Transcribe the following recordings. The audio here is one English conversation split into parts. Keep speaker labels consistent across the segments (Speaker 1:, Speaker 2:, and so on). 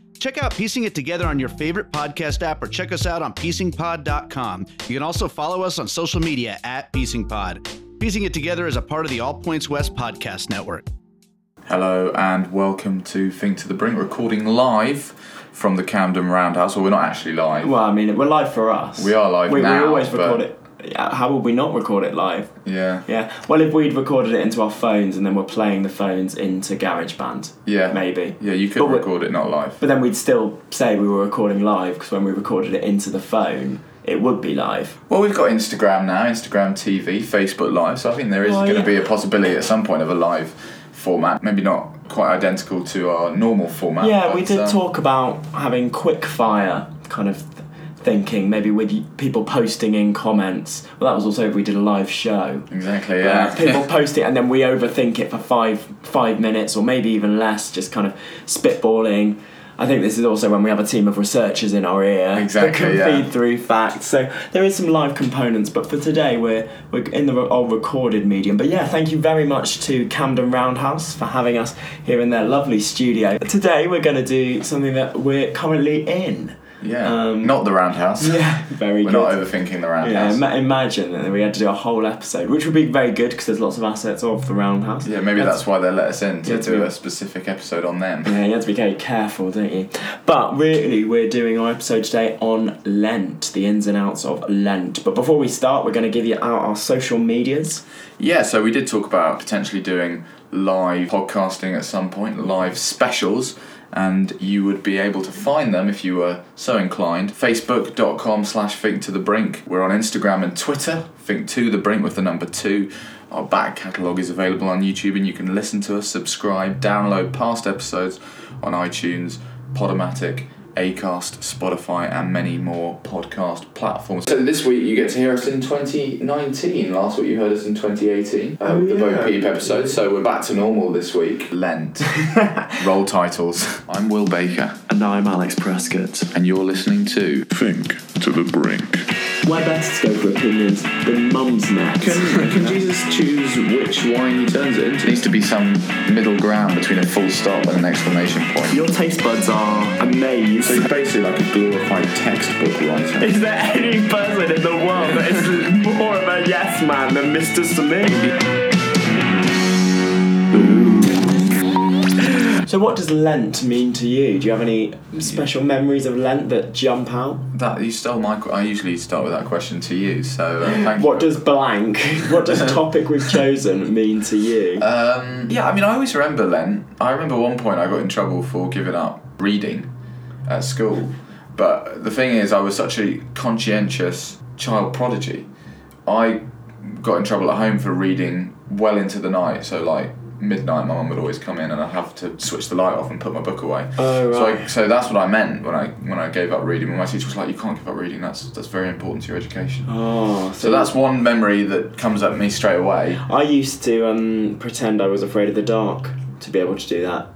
Speaker 1: Check out Piecing It Together on your favorite podcast app or check us out on piecingpod.com. You can also follow us on social media at piecingpod. Piecing It Together is a part of the All Points West podcast network.
Speaker 2: Hello and welcome to Think to the Brink, recording live from the Camden Roundhouse. Well, we're not actually live.
Speaker 3: Well, I mean, we're live for us.
Speaker 2: We are live
Speaker 3: we,
Speaker 2: now,
Speaker 3: We always
Speaker 2: but-
Speaker 3: record it. Yeah, How would we not record it live?
Speaker 2: yeah.
Speaker 3: Yeah. Well, if we'd recorded it into our phones and then we're playing the phones into GarageBand.
Speaker 2: Yeah.
Speaker 3: Maybe.
Speaker 2: Yeah, you could
Speaker 3: But we-
Speaker 2: record it not live.
Speaker 3: But then we'd still say we were recording live because when we recorded it into the phone, it would be live.
Speaker 2: Well, we've got Instagram now, Instagram TV, Facebook Live, so I think there is
Speaker 3: Oh,
Speaker 2: going to
Speaker 3: yeah.
Speaker 2: be a possibility at some point of a live format. Maybe not quite identical to our normal format.
Speaker 3: Yeah,
Speaker 2: but,
Speaker 3: we did
Speaker 2: um,
Speaker 3: talk about having quick fire kind of th- thinking, maybe with y- people posting in comments. Well, that was also if we did a live show.
Speaker 2: Exactly,
Speaker 3: Uh,
Speaker 2: yeah.
Speaker 3: people post it and then we overthink it for five five minutes or maybe even less, just kind of spitballing. I think this is also when we have a team of researchers in our ear that
Speaker 2: Exactly,
Speaker 3: can
Speaker 2: yeah.
Speaker 3: feed through facts. So there is some live components, but for today we're we're in the all recorded medium. But yeah, thank you very much to Camden Roundhouse for having us here in their lovely studio. Today we're going to do something that we're currently in.
Speaker 2: yeah. not the Roundhouse.
Speaker 3: Um, Yeah, very
Speaker 2: We're
Speaker 3: good.
Speaker 2: not overthinking the
Speaker 3: Yeah,
Speaker 2: Roundhouse.
Speaker 3: ima- imagine that we had to do a whole episode, which would be very good because there's lots of assets of the Roundhouse.
Speaker 2: Yeah, maybe that's why they let us in to
Speaker 3: Yeah, to
Speaker 2: do
Speaker 3: be-
Speaker 2: a specific episode on them.
Speaker 3: Yeah, you have to be very careful, don't you? But really, we're doing our episode today on Lent, the ins and outs of Lent. But before we start, we're going to give you out our social medias.
Speaker 2: Yeah, so we did talk about potentially doing live podcasting at some point, live specials, and you would be able to find them if you were so inclined. Facebook.com slash think to the brink. We're on Instagram and Twitter, think to the brink with the number two. Our back catalogue is available on YouTube and you can listen to us, subscribe, download past episodes on iTunes, Podomatic, Acast, Spotify, and many more podcast platforms. So this week you get to hear us in 2019. Last week you heard us in 2018, uh,
Speaker 3: Oh,
Speaker 2: with the
Speaker 3: yeah.
Speaker 2: Bo Peep episode. So we're back to normal this week. Lent. Roll titles. I'm Will Baker,
Speaker 3: And I'm Alex Prescott.
Speaker 2: and you're listening to.
Speaker 4: Think to the brink.
Speaker 3: Where better to go for opinions than Mum's Net?
Speaker 2: Can Jesus choose which wine he turns it into? Needs to be some middle ground between a full stop and an exclamation point.
Speaker 3: Your taste buds are amazed.
Speaker 2: He's basically like a glorified textbook writer.
Speaker 3: Is there any person in the world that is more of a yes man than Mr. Samir? So, what does Lent mean to you? Do you have any special memories of Lent that jump out?
Speaker 2: That you stole my. que- I usually start with that question to you, so uh, thank
Speaker 3: What
Speaker 2: you.
Speaker 3: does blank, Uh, what does topic we've chosen mean to you?
Speaker 2: Um, yeah, I mean, I always remember Lent. I remember one point I got in trouble for giving up reading at school. But the thing is, I was such a conscientious child prodigy. I got in trouble at home for reading well into the night. So, like, midnight, my mum would always come in and I'd have to switch the light off and put my book away.
Speaker 3: Oh,
Speaker 2: So, I,
Speaker 3: right.
Speaker 2: so that's what I meant when I when I gave up reading. When my teacher was like, you can't give up reading, that's, that's very important to your education.
Speaker 3: oh,
Speaker 2: So that's one memory that comes at me straight away.
Speaker 3: I used to um, pretend I was afraid of the dark to be able to do that.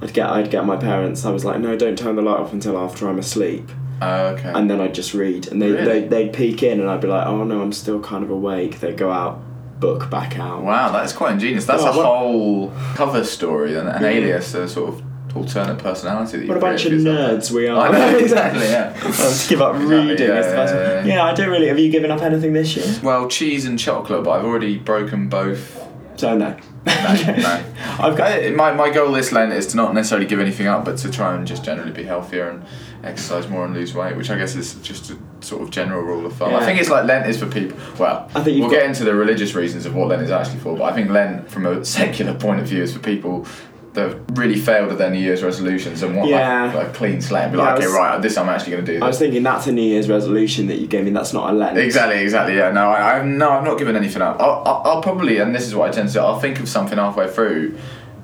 Speaker 3: I'd get, I'd get my parents. I was like, no, don't turn the light off until after I'm asleep.
Speaker 2: Uh, okay.
Speaker 3: and then I'd just read, and they
Speaker 2: Really?
Speaker 3: they they'd peek in, and I'd be like, oh no, I'm still kind of awake. They'd go out, book back out.
Speaker 2: Wow, that is quite ingenious. That's
Speaker 3: Oh,
Speaker 2: a
Speaker 3: what-
Speaker 2: whole cover story, an, an alias, a sort of alternate personality. That you
Speaker 3: What a bunch of
Speaker 2: create for yourself.
Speaker 3: nerds we are.
Speaker 2: I know, exactly, yeah.
Speaker 3: Oh, to give up
Speaker 2: Exactly,
Speaker 3: reading
Speaker 2: yeah,
Speaker 3: is the best.
Speaker 2: yeah,
Speaker 3: Yeah,
Speaker 2: yeah.
Speaker 3: I don't really. Have you given up anything this year?
Speaker 2: Well, cheese and chocolate, but I've already broken both.
Speaker 3: So no.
Speaker 2: No.
Speaker 3: I've got.
Speaker 2: I- my, my goal this Lent is to not necessarily give anything up, but to try and just generally be healthier and exercise more and lose weight, which I guess is just a sort of general rule of thumb. I
Speaker 3: Yeah.
Speaker 2: think it's like Lent is for people. Well,
Speaker 3: I think you've
Speaker 2: we'll
Speaker 3: got-
Speaker 2: get into the religious reasons of what Lent is actually for, but I think Lent, from a secular point of view, is for people. that have really failed at their New Year's resolutions and want
Speaker 3: Yeah.
Speaker 2: like, like a clean slate and be
Speaker 3: Yeah,
Speaker 2: like,
Speaker 3: I
Speaker 2: okay,
Speaker 3: was-
Speaker 2: right, this I'm actually going to do.
Speaker 3: I was
Speaker 2: This.
Speaker 3: thinking that's a New Year's resolution that you gave me. That's not a Lent.
Speaker 2: Exactly, exactly. Yeah, no, I, I've no, I've not given anything up. I'll, I'll, I'll probably, and this is what I tend to do. I'll think of something halfway through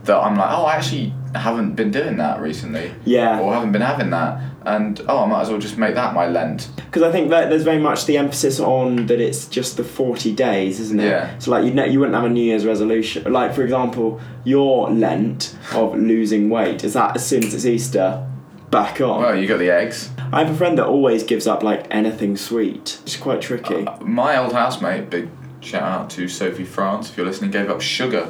Speaker 2: that I'm like, oh, I actually haven't been doing that recently.
Speaker 3: Yeah.
Speaker 2: Or haven't been having that. And oh, I might as well just make that my Lent.
Speaker 3: Because I think that there's very much the emphasis on that it's just the 40 days, isn't it?
Speaker 2: Yeah.
Speaker 3: So, like, you know, you wouldn't have a New Year's resolution. Like, for example, your Lent of losing weight is that as soon as it's Easter, back on.
Speaker 2: Well, you got the eggs.
Speaker 3: I have a friend that always gives up, like, anything sweet. It's quite tricky.
Speaker 2: My old housemate, big shout out to Sophie France, if you're listening, gave up sugar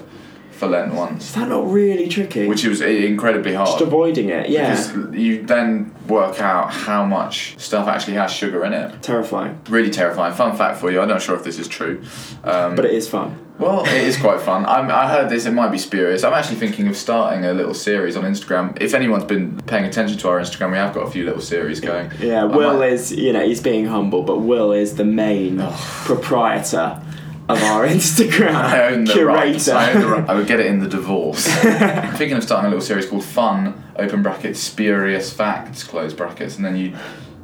Speaker 2: for Lent once,
Speaker 3: is that not really tricky?
Speaker 2: which was incredibly hard.
Speaker 3: just avoiding it, yeah.
Speaker 2: Because you then work out how much stuff actually has sugar in it.
Speaker 3: Terrifying.
Speaker 2: Really terrifying. Fun fact for you, I'm not sure if this is true. Um,
Speaker 3: But it is fun.
Speaker 2: well, it is quite fun. I'm, I heard this, it might be spurious. I'm actually thinking of starting a little series on Instagram. If anyone's been paying attention to our Instagram, we have got a few little series going.
Speaker 3: Yeah,
Speaker 2: I
Speaker 3: Will
Speaker 2: might-
Speaker 3: is, you know, he's being humble, but Will is the main proprietor of our Instagram.
Speaker 2: I own the rights.
Speaker 3: curator.
Speaker 2: I own the right. I would get it in the divorce. I'm thinking of starting a little series called Fun Open Brackets Spurious Facts Close Brackets, and then you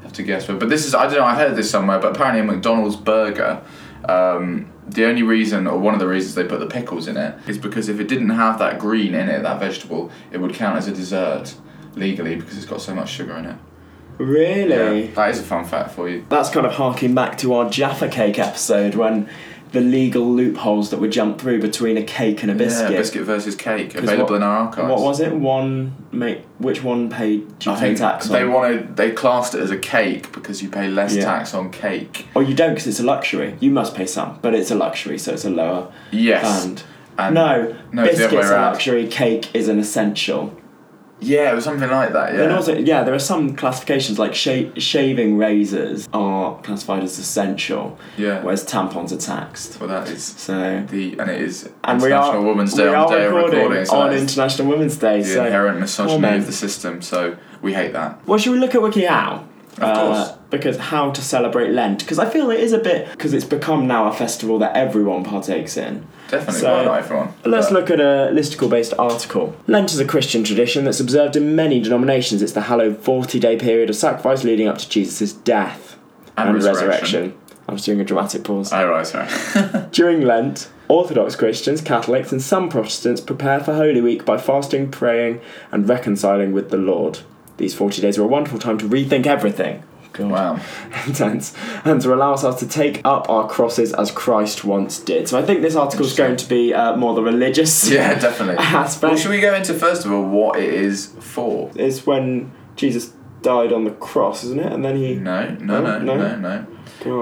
Speaker 2: have to guess. But, but this is I don't know. I heard this somewhere, but apparently a McDonald's burger. Um, the only reason, or one of the reasons they put the pickles in it, is because if it didn't have that green in it, that vegetable, it would count as a dessert legally because it's got so much sugar in it.
Speaker 3: Really?
Speaker 2: Yeah, that is a fun fact for you.
Speaker 3: That's kind of harking back to our Jaffa cake episode when the legal loopholes that were jumped through between a cake and a biscuit.
Speaker 2: Yeah, biscuit versus cake
Speaker 3: 'Cause
Speaker 2: available
Speaker 3: what-
Speaker 2: in our archives.
Speaker 3: What was it? One mate, which one paid do you
Speaker 2: I
Speaker 3: pay
Speaker 2: think
Speaker 3: tax
Speaker 2: they
Speaker 3: on?
Speaker 2: wanted they classed it as a cake because you pay less
Speaker 3: Yeah.
Speaker 2: tax on cake.
Speaker 3: or Oh, you don't because it's a luxury. You must pay some, but it's a luxury, so it's a lower
Speaker 2: Yes.
Speaker 3: band.
Speaker 2: And-
Speaker 3: no,
Speaker 2: no, it's the other way
Speaker 3: biscuits are
Speaker 2: around.
Speaker 3: luxury. Cake is an essential.
Speaker 2: Yeah, it was something like that. Yeah.
Speaker 3: And also, yeah, there are some classifications like sha- shaving razors are classified as essential,
Speaker 2: yeah.
Speaker 3: whereas tampons are taxed.
Speaker 2: well, that is
Speaker 3: So
Speaker 2: the and it is
Speaker 3: and we
Speaker 2: International
Speaker 3: are
Speaker 2: Women's Day
Speaker 3: we
Speaker 2: on
Speaker 3: are
Speaker 2: the day
Speaker 3: recording,
Speaker 2: of recording. So
Speaker 3: on
Speaker 2: that is
Speaker 3: International Women's Day.
Speaker 2: the
Speaker 3: so
Speaker 2: inherent
Speaker 3: Poor
Speaker 2: misogyny
Speaker 3: men.
Speaker 2: of the system. So we hate that.
Speaker 3: Well, should we look at WikiHow? Of
Speaker 2: course.
Speaker 3: Because how to celebrate Lent? Because I feel it is a bit because it's become now a festival that everyone partakes in.
Speaker 2: Definitely,
Speaker 3: So-
Speaker 2: why not everyone?
Speaker 3: Let's
Speaker 2: But-
Speaker 3: look at a listicle based article. Lent is a Christian tradition that's observed in many denominations. It's the hallowed 40 day period of sacrifice leading up to Jesus' death
Speaker 2: And resurrection.
Speaker 3: I'm just doing a dramatic pause.
Speaker 2: Oh right, sorry.
Speaker 3: During Lent, Orthodox Christians, Catholics, and some Protestants prepare for Holy Week by fasting, praying, and reconciling with the Lord. These 40 days are a wonderful time to rethink everything. God.
Speaker 2: wow.
Speaker 3: Intense. And to allow ourselves to take up our crosses as Christ once did. So I think this article is going to be uh, more the religious
Speaker 2: Yeah, definitely.
Speaker 3: aspect.
Speaker 2: Well, should we go into first of all what it is for?
Speaker 3: It's when Jesus died on the cross, isn't it? And then he.
Speaker 2: No, no,
Speaker 3: No,
Speaker 2: no,
Speaker 3: no.
Speaker 2: no, no.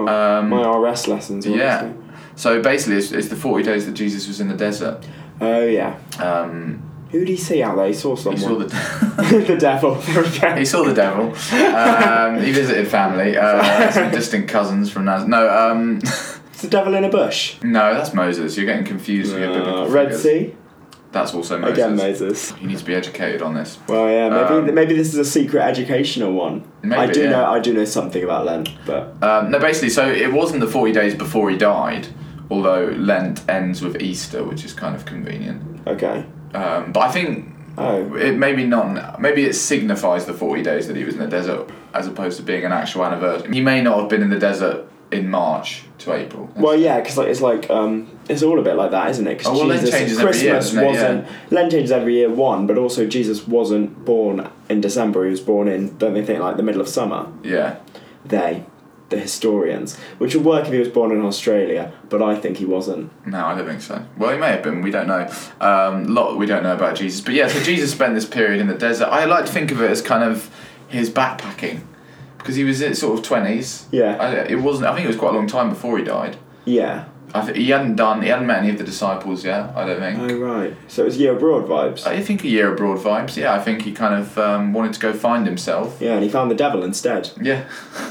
Speaker 3: God,
Speaker 2: Um,
Speaker 3: my RS lessons.
Speaker 2: Yeah.
Speaker 3: honestly.
Speaker 2: So basically, it's, it's the forty days that Jesus was in the desert.
Speaker 3: Oh, yeah.
Speaker 2: Um,
Speaker 3: Who did he see out there? He saw someone.
Speaker 2: He saw the
Speaker 3: the devil. There we go.
Speaker 2: he saw the devil. Um, he visited family, uh, some distant cousins from Naz. No, um,
Speaker 3: It's the devil in a bush.
Speaker 2: no, that's Moses. You're getting confused with your biblical
Speaker 3: Uh, Red
Speaker 2: figures.
Speaker 3: Sea
Speaker 2: That's also Moses.
Speaker 3: again, Moses.
Speaker 2: You need to be educated on this.
Speaker 3: Well, yeah, maybe
Speaker 2: Um,
Speaker 3: maybe this is a secret educational one.
Speaker 2: Maybe,
Speaker 3: I do
Speaker 2: yeah.
Speaker 3: know I do know something about Lent, but
Speaker 2: Um, no, basically, so it wasn't the 40 days before he died, although Lent ends with Easter, which is kind of convenient.
Speaker 3: okay.
Speaker 2: Um, but I think
Speaker 3: Oh,
Speaker 2: it maybe not maybe it signifies the 40 days that he was in the desert as opposed to being an actual anniversary he may not have been in the desert in march to april
Speaker 3: well, yeah, because like it's like um, it's all a bit like that, isn't it? 'Cause
Speaker 2: Oh, well, Lent
Speaker 3: Jesus,
Speaker 2: changes every
Speaker 3: Christmas
Speaker 2: year, doesn't it?
Speaker 3: wasn't Lent changes every year one, but also Jesus wasn't born in December. He was born in don't they think like the middle of summer?
Speaker 2: yeah
Speaker 3: They, the historians, which would work if he was born in Australia, but I think he wasn't.
Speaker 2: No, I don't think so. Well, he may have been. We don't know. Um, lot we don't know about Jesus, but yeah. So Jesus spent this period in the desert. I like to think of it as kind of his backpacking, because he was in sort of twenties.
Speaker 3: Yeah.
Speaker 2: I, it wasn't. I think it was quite a long time before he died.
Speaker 3: Yeah.
Speaker 2: I th- he hadn't done. He hadn't met any of the disciples yet. I don't think.
Speaker 3: Oh right. So it was year abroad vibes.
Speaker 2: I think a year abroad vibes. Yeah, I think he kind of um, wanted to go find himself.
Speaker 3: yeah, and he found the devil instead.
Speaker 2: Yeah,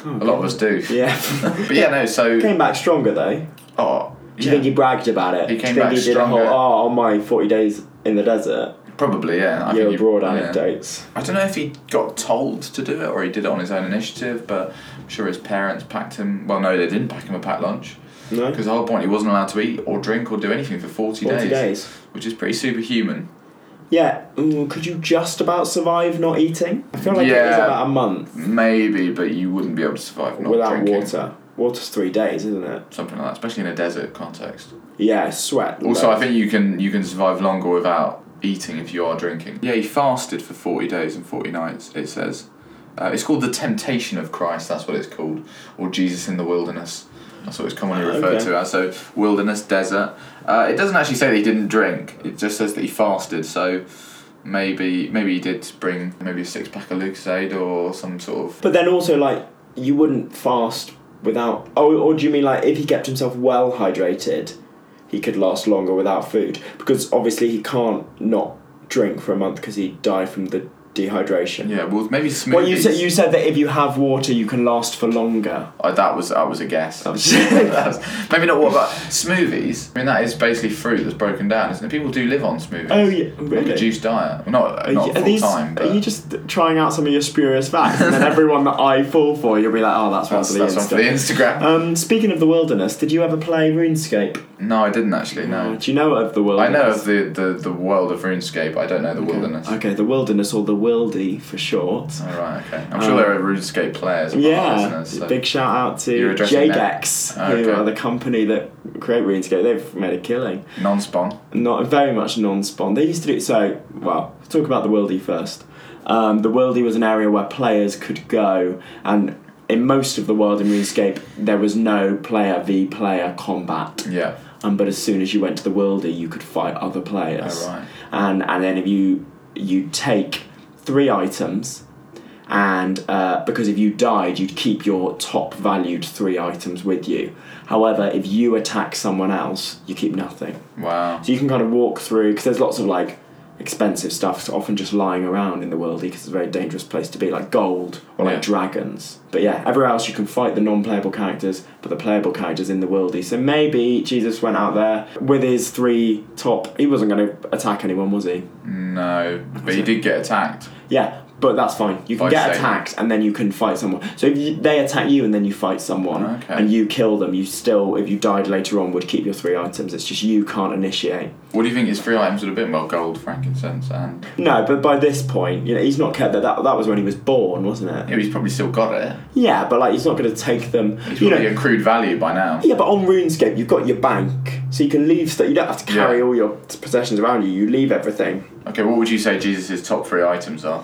Speaker 2: a lot of us do.
Speaker 3: Hmm. Yeah.
Speaker 2: But yeah, no. So
Speaker 3: Came back stronger though.
Speaker 2: oh,
Speaker 3: Do you
Speaker 2: yeah,
Speaker 3: think he bragged about it?
Speaker 2: He
Speaker 3: Do you
Speaker 2: came
Speaker 3: think
Speaker 2: back
Speaker 3: he did a
Speaker 2: stronger.
Speaker 3: whole oh on my forty days in the desert?
Speaker 2: probably yeah. I
Speaker 3: Yeah,
Speaker 2: think you-
Speaker 3: abroad
Speaker 2: yeah.
Speaker 3: anecdotes.
Speaker 2: I don't know if he got told to do it or he did it on his own initiative, but I'm sure his parents packed him. Well, no, they didn't pack him a packed lunch
Speaker 3: No.
Speaker 2: because the whole point he wasn't allowed to eat or drink or do anything for 40,
Speaker 3: 40 days.
Speaker 2: which is pretty superhuman.
Speaker 3: Yeah. Mm, could you just about survive not eating? I feel like it is
Speaker 2: Yeah.
Speaker 3: about a month
Speaker 2: Maybe, but you wouldn't be able to survive not
Speaker 3: without
Speaker 2: drinking.
Speaker 3: water. Water's three days, isn't it?
Speaker 2: Something like that, especially in a desert context.
Speaker 3: Yeah, sweat.
Speaker 2: Also,
Speaker 3: loads.
Speaker 2: I think you can you can survive longer without eating if you are drinking. Yeah, he fasted for 40 days and 40 nights, it says. Uh, it's called The Temptation of Christ, that's what it's called, or Jesus in the Wilderness. That's what it's commonly
Speaker 3: Ah,
Speaker 2: referred
Speaker 3: okay.
Speaker 2: to as. So, wilderness, desert. Uh, it doesn't actually say that he didn't drink, it just says that he fasted, so. Maybe maybe he did bring maybe a six pack of Lucozade or some sort of
Speaker 3: But then also, like, you wouldn't fast without. Oh, or do you mean like if he kept himself well hydrated, he could last longer without food? Because obviously he can't not drink for a month because he died from the dehydration.
Speaker 2: yeah. Well, maybe smoothies.
Speaker 3: Well, you said you said that if you have water, you can last for longer.
Speaker 2: Oh, that was that was a guess.
Speaker 3: was-
Speaker 2: That's- Maybe not what, but smoothies. I mean, that is basically fruit that's broken down, isn't it? People do live on smoothies.
Speaker 3: Oh yeah,
Speaker 2: Like a
Speaker 3: really?
Speaker 2: juice diet. Well, not
Speaker 3: Are
Speaker 2: not
Speaker 3: you,
Speaker 2: full
Speaker 3: are these,
Speaker 2: time, but
Speaker 3: are you just trying out some of your spurious facts, and then everyone that I fall for, you'll be like, "Oh, that's one
Speaker 2: that's,
Speaker 3: for the
Speaker 2: that's on for the
Speaker 3: Insta."
Speaker 2: Instagram.
Speaker 3: Um, speaking of the wilderness, did you ever play RuneScape?
Speaker 2: no, I didn't actually. No,
Speaker 3: Do you know of the
Speaker 2: I
Speaker 3: wilderness?
Speaker 2: know of the, the the world of RuneScape. I don't know the wilderness.
Speaker 3: Oh, Okay, the wilderness or the wildy for short.
Speaker 2: All right, okay. I'm sure there are RuneScape players. among our
Speaker 3: Yeah,
Speaker 2: listeners, so-
Speaker 3: big shout out to
Speaker 2: You're addressing that?
Speaker 3: JGEX,
Speaker 2: Okay.
Speaker 3: who are the company that create RuneScape. They've made a killing.
Speaker 2: non-spawn.
Speaker 3: Not very much non-spawn. They used to do so. Well, let's talk about the Wildy first. Um, the Wildy was an area where players could go, and in most of the world in RuneScape, there was no player v player combat.
Speaker 2: Yeah.
Speaker 3: Um, but as soon as you went to the worldy, you could fight other players.
Speaker 2: Oh, right.
Speaker 3: And and then if you you take three items, and uh, because if you died, you'd keep your top valued three items with you. However, if you attack someone else, you keep nothing.
Speaker 2: Wow.
Speaker 3: So you can kind of walk through because there's lots of like expensive stuff so often just lying around in the worldy because it's a very dangerous place to be like gold or like
Speaker 2: Yeah.
Speaker 3: dragons but yeah everywhere else you can fight the non-playable characters but the playable characters in the worldy so maybe jesus went out there with his three top he wasn't going to attack anyone was he
Speaker 2: No, but he did get attacked.
Speaker 3: yeah but that's fine you can
Speaker 2: By
Speaker 3: get
Speaker 2: Satan.
Speaker 3: attacked and then you can fight someone so if you, they attack you and then you fight someone
Speaker 2: Okay.
Speaker 3: and you kill them you still if you died later on would keep your three items it's just you can't initiate
Speaker 2: What do you think his three items would have been? Well, gold, frankincense, and
Speaker 3: No, but by this point, you know, he's not kept that. That, that was when he was born, wasn't it?
Speaker 2: yeah, he's probably still got it.
Speaker 3: Yeah, but like he's not going to take them.
Speaker 2: He's
Speaker 3: You know,
Speaker 2: probably accrued value by now.
Speaker 3: yeah, but on RuneScape, you've got your bank, so you can leave stuff. You don't have to carry
Speaker 2: Yeah.
Speaker 3: all your possessions around you. You leave everything.
Speaker 2: Okay, what would you say Jesus' top three items are?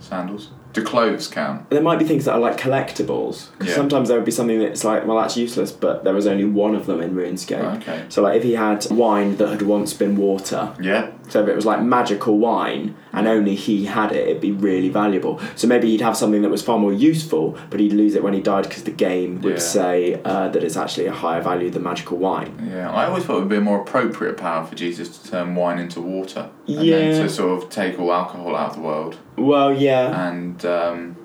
Speaker 2: Sandals. Do clothes count?
Speaker 3: There might be things that are like collectibles. 'cause
Speaker 2: Yeah.
Speaker 3: Sometimes there would be something that's like, well, that's useless, but there was only one of them in RuneScape.
Speaker 2: Okay.
Speaker 3: So like, if he had wine that had once been water,
Speaker 2: Yeah.
Speaker 3: So if it was like magical wine and only he had it, it'd be really valuable. So maybe he'd have something that was far more useful, but he'd lose it when he died because the game would
Speaker 2: Yeah.
Speaker 3: say uh, that it's actually a higher value than magical wine.
Speaker 2: Yeah. I always thought it would be a more appropriate power for Jesus to turn wine into water. And
Speaker 3: Yeah.
Speaker 2: then to sort of take all alcohol out of the world
Speaker 3: Well, yeah.
Speaker 2: and um,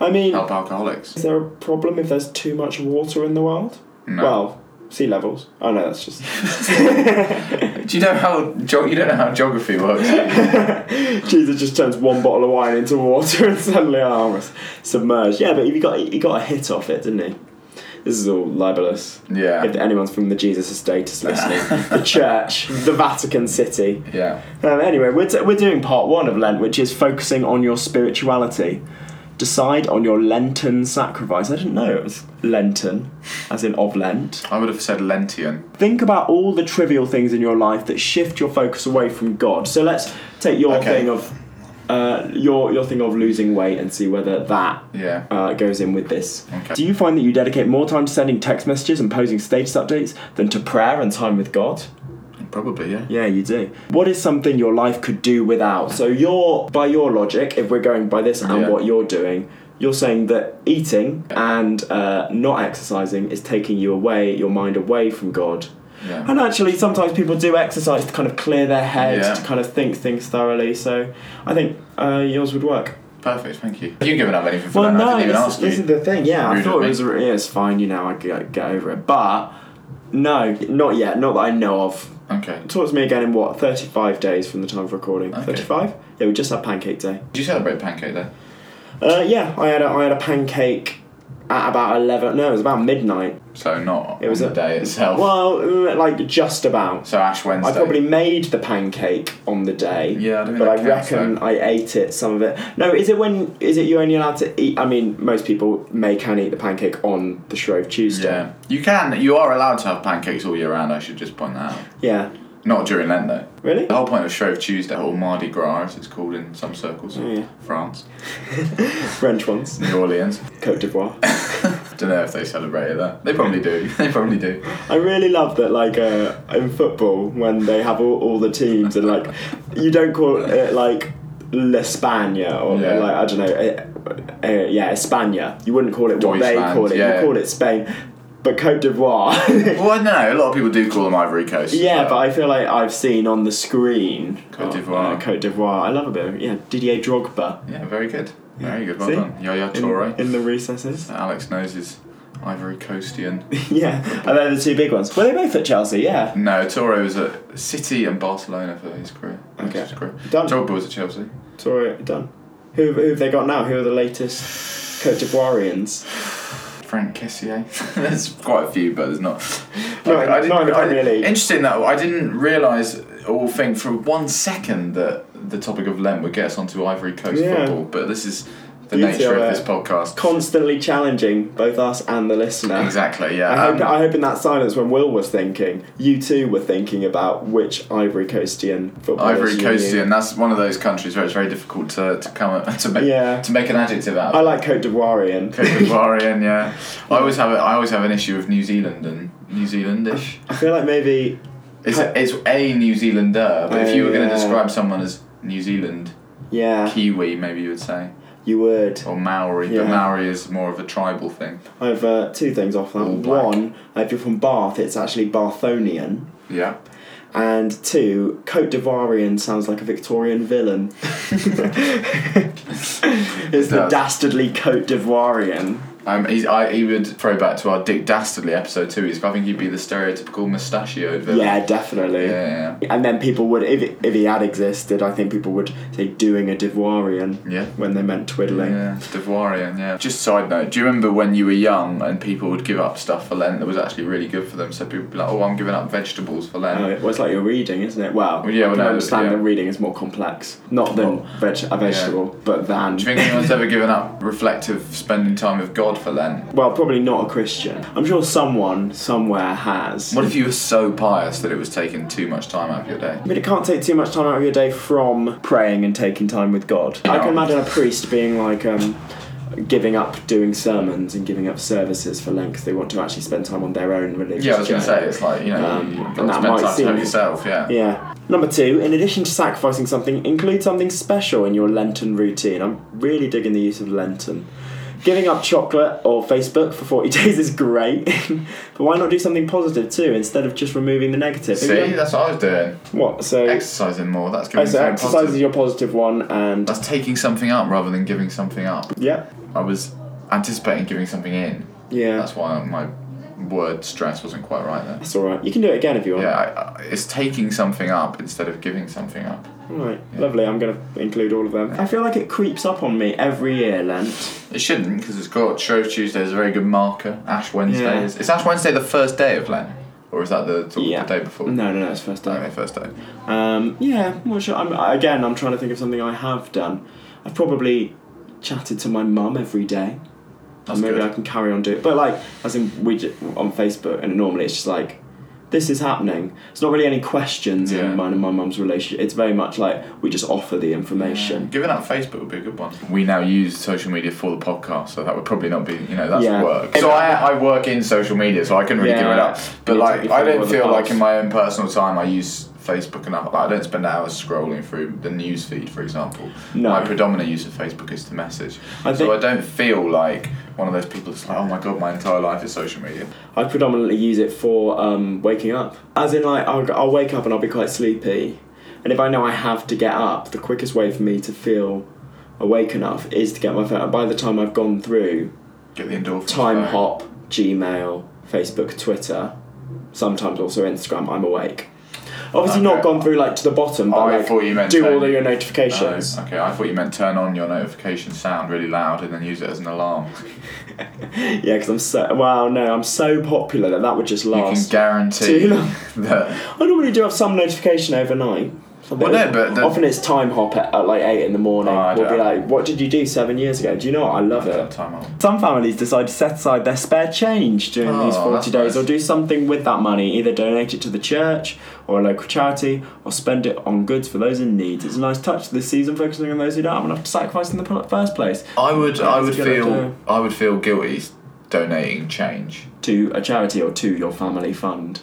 Speaker 3: I mean,
Speaker 2: help alcoholics.
Speaker 3: is there a problem if there's too much water in the world?
Speaker 2: No.
Speaker 3: Well, sea levels. Oh no, that's just
Speaker 2: Do you know how ge- you don't know how geography works? do you?
Speaker 3: Jesus just turns one bottle of wine into water and suddenly our arm's submerged. Yeah, but he got he got a hit off it, didn't he? This is all libelous.
Speaker 2: yeah.
Speaker 3: If anyone's from the Jesus Estatus listening, the church, the Vatican City.
Speaker 2: Yeah.
Speaker 3: Um, anyway, we're, t- we're doing part one of Lent, which is focusing on your spirituality. Decide on your Lenten sacrifice. I didn't know it was Lenten, as in of Lent.
Speaker 2: I would have said Lentian.
Speaker 3: Think about all the trivial things in your life that shift your focus away from God. So let's take your
Speaker 2: Okay.
Speaker 3: thing of uh, your your thing of losing weight and see whether that
Speaker 2: Yeah.
Speaker 3: uh, goes in with this.
Speaker 2: Okay.
Speaker 3: Do you find that you dedicate more time to sending text messages and posting status updates than to prayer and time with God?
Speaker 2: Probably, yeah.
Speaker 3: Yeah, you do. What is something your life could do without? So you're by your logic, if we're going by this and
Speaker 2: Yeah.
Speaker 3: what you're doing, you're saying that eating and uh, not exercising is taking you away, your mind away from God.
Speaker 2: Yeah.
Speaker 3: And actually, sometimes people do exercise to kind of clear their head,
Speaker 2: Yeah.
Speaker 3: to kind of think things thoroughly. So I think uh, yours would work.
Speaker 2: Perfect, thank you. You've given up anything for
Speaker 3: Well,
Speaker 2: that. I
Speaker 3: no,
Speaker 2: didn't even
Speaker 3: this,
Speaker 2: ask
Speaker 3: is, this
Speaker 2: you.
Speaker 3: is the thing. Yeah, I
Speaker 2: Rude
Speaker 3: thought
Speaker 2: of
Speaker 3: it
Speaker 2: me.
Speaker 3: was. Yeah, it's fine. You know, I get, get over it. But no, not yet. Not that I know of.
Speaker 2: Okay.
Speaker 3: Talk to me again in what thirty-five days from the time of recording.
Speaker 2: Okay.
Speaker 3: Thirty-five? Yeah, we just had Pancake Day.
Speaker 2: Did you celebrate Pancake Day?
Speaker 3: Uh, yeah, I had a, I had a pancake at about eleven. No, it was about midnight.
Speaker 2: So not
Speaker 3: It was
Speaker 2: on the
Speaker 3: a-
Speaker 2: day itself.
Speaker 3: Well, mm, like just about.
Speaker 2: so Ash Wednesday.
Speaker 3: I probably made the pancake on the day.
Speaker 2: Yeah, I don't think
Speaker 3: but I
Speaker 2: that counts,
Speaker 3: reckon
Speaker 2: though.
Speaker 3: I ate it. Some of it. No, is it when? Is it you only allowed to eat? I mean, most people may can eat the pancake on the Shrove Tuesday.
Speaker 2: Yeah, you can. You are allowed to have pancakes all year round. I should just point that out.
Speaker 3: Yeah.
Speaker 2: Not during Lent though.
Speaker 3: Really?
Speaker 2: The whole point of Shrove Tuesday, or Mardi Gras, as it's called in some circles,
Speaker 3: yeah.
Speaker 2: France,
Speaker 3: French ones.
Speaker 2: New Orleans.
Speaker 3: Cote d'Ivoire.
Speaker 2: Don't know if they celebrate it there. They probably do. They probably do.
Speaker 3: I really love that, like uh, in football, when they have all, all the teams and like you don't call it uh, like La Spagna or
Speaker 2: Yeah.
Speaker 3: like I don't know, uh, uh, yeah, Espana. You wouldn't call it what they
Speaker 2: Deutschland,
Speaker 3: call it.
Speaker 2: yeah.
Speaker 3: You call it Spain, but Cote d'Ivoire.
Speaker 2: Well, no, a lot of people do call them Ivory Coast.
Speaker 3: yeah, but I feel like I've seen on the screen
Speaker 2: Cote d'Ivoire.
Speaker 3: uh, Cote d'Ivoire. I love a bit. Of, yeah, Didier Drogba
Speaker 2: yeah, very good. Very good. Well
Speaker 3: See?
Speaker 2: done. Yaya
Speaker 3: in,
Speaker 2: Toure.
Speaker 3: in the recesses.
Speaker 2: Alex knows his Ivory Coastian.
Speaker 3: yeah, and they're the two big ones. Were they both at Chelsea? Yeah.
Speaker 2: No, Torre was at City and Barcelona for his career. Most
Speaker 3: Okay.
Speaker 2: of His career.
Speaker 3: Done.
Speaker 2: Drogba was at Chelsea.
Speaker 3: Sorry, done. Who, who have they got now? Who are the latest Cote d'Ivoirians?
Speaker 2: Frank Kessier. there's quite a few, but there's not.
Speaker 3: No,
Speaker 2: Like,
Speaker 3: not in the
Speaker 2: I-
Speaker 3: Premier League.
Speaker 2: Interesting that I didn't realise or think for one second that the topic of Lent would get us onto Ivory Coast
Speaker 3: Yeah.
Speaker 2: football, but this is the
Speaker 3: Beauty
Speaker 2: nature
Speaker 3: of
Speaker 2: of
Speaker 3: it.
Speaker 2: this podcast.
Speaker 3: Constantly challenging both us and the listener.
Speaker 2: exactly. Yeah.
Speaker 3: I hope,
Speaker 2: Um,
Speaker 3: I hope in that silence when Will was thinking, you too were thinking about which Ivory Coastian footballers
Speaker 2: Ivory
Speaker 3: you
Speaker 2: Coast,
Speaker 3: knew.
Speaker 2: and that's one of those countries where it's very difficult to, to come up- to make
Speaker 3: Yeah.
Speaker 2: to make an adjective out.
Speaker 3: I
Speaker 2: of
Speaker 3: like Cote d'Ivoirian.
Speaker 2: Cote d'Ivoirean, yeah. I always have a, I always have an issue with New Zealand and New Zealandish.
Speaker 3: I feel like maybe
Speaker 2: It's a, it's a New Zealander, but if you were going to
Speaker 3: Yeah.
Speaker 2: describe someone as New Zealand
Speaker 3: yeah,
Speaker 2: Kiwi, maybe you would say,
Speaker 3: you would.
Speaker 2: or Maori, but
Speaker 3: Yeah.
Speaker 2: Maori is more of a tribal thing.
Speaker 3: I have uh, two things off that.
Speaker 2: All black.
Speaker 3: One, if you're from Bath, it's actually Barthonian.
Speaker 2: Yeah.
Speaker 3: And two, Cote d'Ivoirian sounds like a Victorian villain. it's the
Speaker 2: does.
Speaker 3: dastardly Cote d'Ivoirian.
Speaker 2: Um, he's, I, he would throw back to our Dick Dastardly episode too. He's, I think he'd be the stereotypical mustachioed villain.
Speaker 3: Yeah, definitely.
Speaker 2: Yeah.
Speaker 3: And then people would, if, if he had existed, I think people would say doing a d'Ivoirian
Speaker 2: Yeah.
Speaker 3: when they meant twiddling.
Speaker 2: Yeah, Devoirian, yeah. Just side note, do you remember when you were young and people would give up stuff for Lent that was actually really good for them? So people would be like, oh, I'm giving up vegetables for Lent.
Speaker 3: Oh, it- well, it's like you're reading, isn't it? Well,
Speaker 2: Well, yeah, well,
Speaker 3: I can
Speaker 2: no,
Speaker 3: understand
Speaker 2: yeah.
Speaker 3: that reading is more complex. Not than veg- a vegetable, but than.
Speaker 2: Do you think anyone's ever given up reflective spending time with God for Lent?
Speaker 3: well, probably not a Christian. I'm sure someone somewhere has.
Speaker 2: What if you were so pious that it was taking too much time out of your day?
Speaker 3: I mean, it can't take too much time out of your day from praying and taking time with God. I can imagine a priest being like, um, giving up doing sermons and giving up services for Lent because they want to actually spend time on their own religious
Speaker 2: Yeah, I was going to
Speaker 3: journey.
Speaker 2: say, it's like, you know,
Speaker 3: Um,
Speaker 2: you've got
Speaker 3: and
Speaker 2: to
Speaker 3: that
Speaker 2: spend
Speaker 3: might
Speaker 2: time to
Speaker 3: seem-
Speaker 2: help yourself, yeah.
Speaker 3: Yeah. Number two, in addition to sacrificing something, include something special in your Lenten routine. I'm really digging the use of Lenten. Giving up chocolate or Facebook for 40 days is great, but why not do something positive too instead of just removing the negative?
Speaker 2: See, that's what I was doing.
Speaker 3: What? So,
Speaker 2: Exercising more, that's
Speaker 3: oh,
Speaker 2: giving
Speaker 3: so
Speaker 2: something
Speaker 3: exercise is
Speaker 2: positive.
Speaker 3: your positive one, and
Speaker 2: That's taking something up rather than giving something up.
Speaker 3: yeah,
Speaker 2: I was anticipating giving something in.
Speaker 3: yeah,
Speaker 2: That's why my word stress wasn't quite right there.
Speaker 3: that's all right. You can do it again if you want.
Speaker 2: Yeah, I, I, it's taking something up instead of giving something up.
Speaker 3: All right, lovely. I'm gonna include all of them. I feel like it creeps up on me every year, Lent.
Speaker 2: It shouldn't because it's got Shrove Tuesday is a very good marker. Ash Wednesday
Speaker 3: Yeah.
Speaker 2: is. Is Ash Wednesday the first day of Lent, or is that the, the,
Speaker 3: Yeah.
Speaker 2: the day before?
Speaker 3: No, no, no. It's first time.
Speaker 2: Okay, first day.
Speaker 3: Um, yeah, I'm not sure. I'm, again, I'm trying to think of something I have done. I've probably chatted to my mum every day.
Speaker 2: That's
Speaker 3: Maybe I
Speaker 2: good.
Speaker 3: can carry on doing. But like, as in we ju- on Facebook, and normally it's just like, this is happening. It's not really any questions
Speaker 2: Yeah.
Speaker 3: in mine and my mum's relationship. It's very much like we just offer the information.
Speaker 2: Giving up Facebook would be a good one. We now use social media for the podcast, so that would probably not be, you know, that's
Speaker 3: Yeah.
Speaker 2: work. So I, I work in social media, so I couldn't really give it up.
Speaker 3: Yeah.
Speaker 2: But
Speaker 3: You need to
Speaker 2: like,
Speaker 3: be
Speaker 2: I
Speaker 3: familiar
Speaker 2: don't
Speaker 3: with the
Speaker 2: feel like
Speaker 3: past.
Speaker 2: in my own personal time I use Facebook enough. Like, I don't spend hours scrolling through the news feed, for example.
Speaker 3: No.
Speaker 2: My predominant use of Facebook is to message.
Speaker 3: I
Speaker 2: so
Speaker 3: think-
Speaker 2: I don't feel like one of those people that's like, oh my god, my entire life is social media.
Speaker 3: I predominantly use it for um, waking up. As in, like, I'll, I'll wake up and I'll be quite sleepy. And if I know I have to get up, the quickest way for me to feel awake enough is to get my phone. And by the time I've gone through
Speaker 2: Get the endorphins.
Speaker 3: Time
Speaker 2: going.
Speaker 3: Hop, Gmail, Facebook, Twitter, sometimes also Instagram, I'm awake. Obviously,
Speaker 2: Okay.
Speaker 3: not gone through like to the bottom, but
Speaker 2: Oh, I
Speaker 3: like,
Speaker 2: thought you meant
Speaker 3: do
Speaker 2: phone.
Speaker 3: all of your
Speaker 2: Oh,
Speaker 3: notifications.
Speaker 2: okay, I thought you meant turn on your notification sound really loud and then use it as an alarm.
Speaker 3: Yeah, because I'm so wow. No, I'm so popular that that would just
Speaker 2: You can
Speaker 3: last.
Speaker 2: guarantee
Speaker 3: Too long.
Speaker 2: that
Speaker 3: I normally do have some notification overnight,
Speaker 2: Well, no, but the-
Speaker 3: often it's time hop at, at like eight in the morning.
Speaker 2: Oh, I
Speaker 3: we'll be
Speaker 2: don't-
Speaker 3: like, "What did you do seven years ago?" Do you know what? I love
Speaker 2: That
Speaker 3: it.
Speaker 2: time out.
Speaker 3: Some families decide to set aside their spare change during
Speaker 2: Oh,
Speaker 3: these
Speaker 2: that's
Speaker 3: forty days,
Speaker 2: nice.
Speaker 3: or do something with that money. Either donate it to the church or a local charity, or spend it on goods for those in need. It's a nice touch this season, focusing on those who don't have enough to sacrifice in the pl- first place.
Speaker 2: I would, I would
Speaker 3: That's a good
Speaker 2: feel,
Speaker 3: idea.
Speaker 2: I would feel guilty donating change.
Speaker 3: to a charity or to your family fund.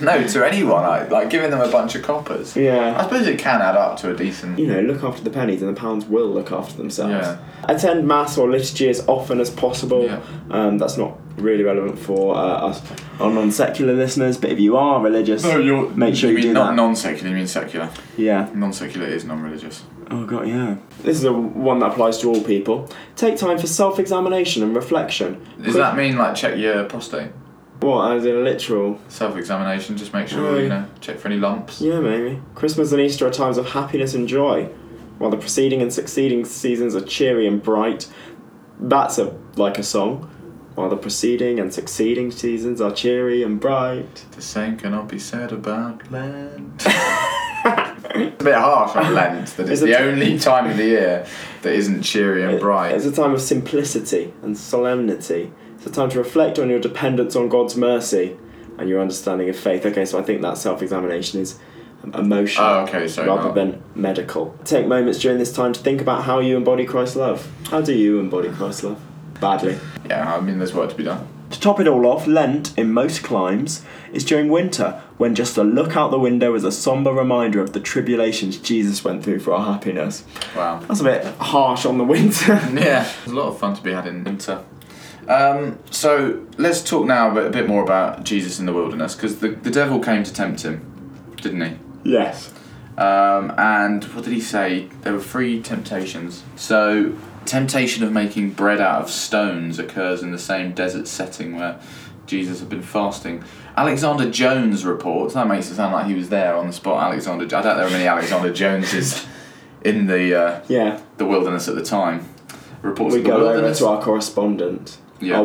Speaker 2: No, to anyone, like, like giving them a bunch of coppers. I
Speaker 3: yeah.
Speaker 2: suppose it can add up to a decent.
Speaker 3: You know, look after the pennies and the pounds will look after themselves.
Speaker 2: Yeah.
Speaker 3: Attend mass or liturgy as often as possible.
Speaker 2: Yeah.
Speaker 3: Um, that's not really relevant for uh, us, our non-secular listeners, but if you are religious, make sure you,
Speaker 2: mean
Speaker 3: do
Speaker 2: not
Speaker 3: that.
Speaker 2: non-secular. You mean secular?
Speaker 3: yeah.
Speaker 2: Non-secular is non-religious.
Speaker 3: Oh god, yeah. This is a one that applies to all people. Take time for self-examination and reflection.
Speaker 2: Does
Speaker 3: Quick-
Speaker 2: that mean like check your prostate,
Speaker 3: what? As in a literal?
Speaker 2: self-examination? Just make sure
Speaker 3: Oh,
Speaker 2: you
Speaker 3: yeah.
Speaker 2: know check for any lumps.
Speaker 3: Yeah, maybe. Christmas and Easter are times of happiness and joy, while the preceding and succeeding seasons are cheery and bright. That's a like a song. While the preceding and succeeding seasons are cheery and bright.
Speaker 2: The same cannot be said about Lent. it's a bit harsh on Lent that it's
Speaker 3: Is it-
Speaker 2: the only time of the year that isn't cheery and bright.
Speaker 3: It's a time of simplicity and solemnity. It's a time to reflect on your dependence on God's mercy and your understanding of faith. Okay, so I think that self examination is emotional
Speaker 2: Oh, okay, so
Speaker 3: rather
Speaker 2: not-
Speaker 3: than medical. Take moments during this time to think about how you embody Christ's love. How do you embody Christ's love? Badly.
Speaker 2: yeah, I mean there's work to be done.
Speaker 3: To top it all off, Lent, in most climes, is during winter, when just a look out the window is a somber reminder of the tribulations Jesus went through for our happiness.
Speaker 2: Wow.
Speaker 3: That's a bit harsh on the winter.
Speaker 2: Yeah, there's a lot of fun to be had in winter. Um, so let's talk now a bit, a bit more about Jesus in the wilderness because the, the devil came to tempt him, didn't he?
Speaker 3: yes.
Speaker 2: Um, and what did he say? There were three temptations. So, temptation of making bread out of stones occurs in the same desert setting where Jesus had been fasting. Alexander Jones reports that makes it sound like he was there on the spot. Alexander, I don't know how many Alexander Joneses in the uh,
Speaker 3: Yeah.
Speaker 2: the wilderness at the time. Reports
Speaker 3: We
Speaker 2: of the
Speaker 3: go over
Speaker 2: wilderness.
Speaker 3: to our correspondent,
Speaker 2: Yeah.
Speaker 3: our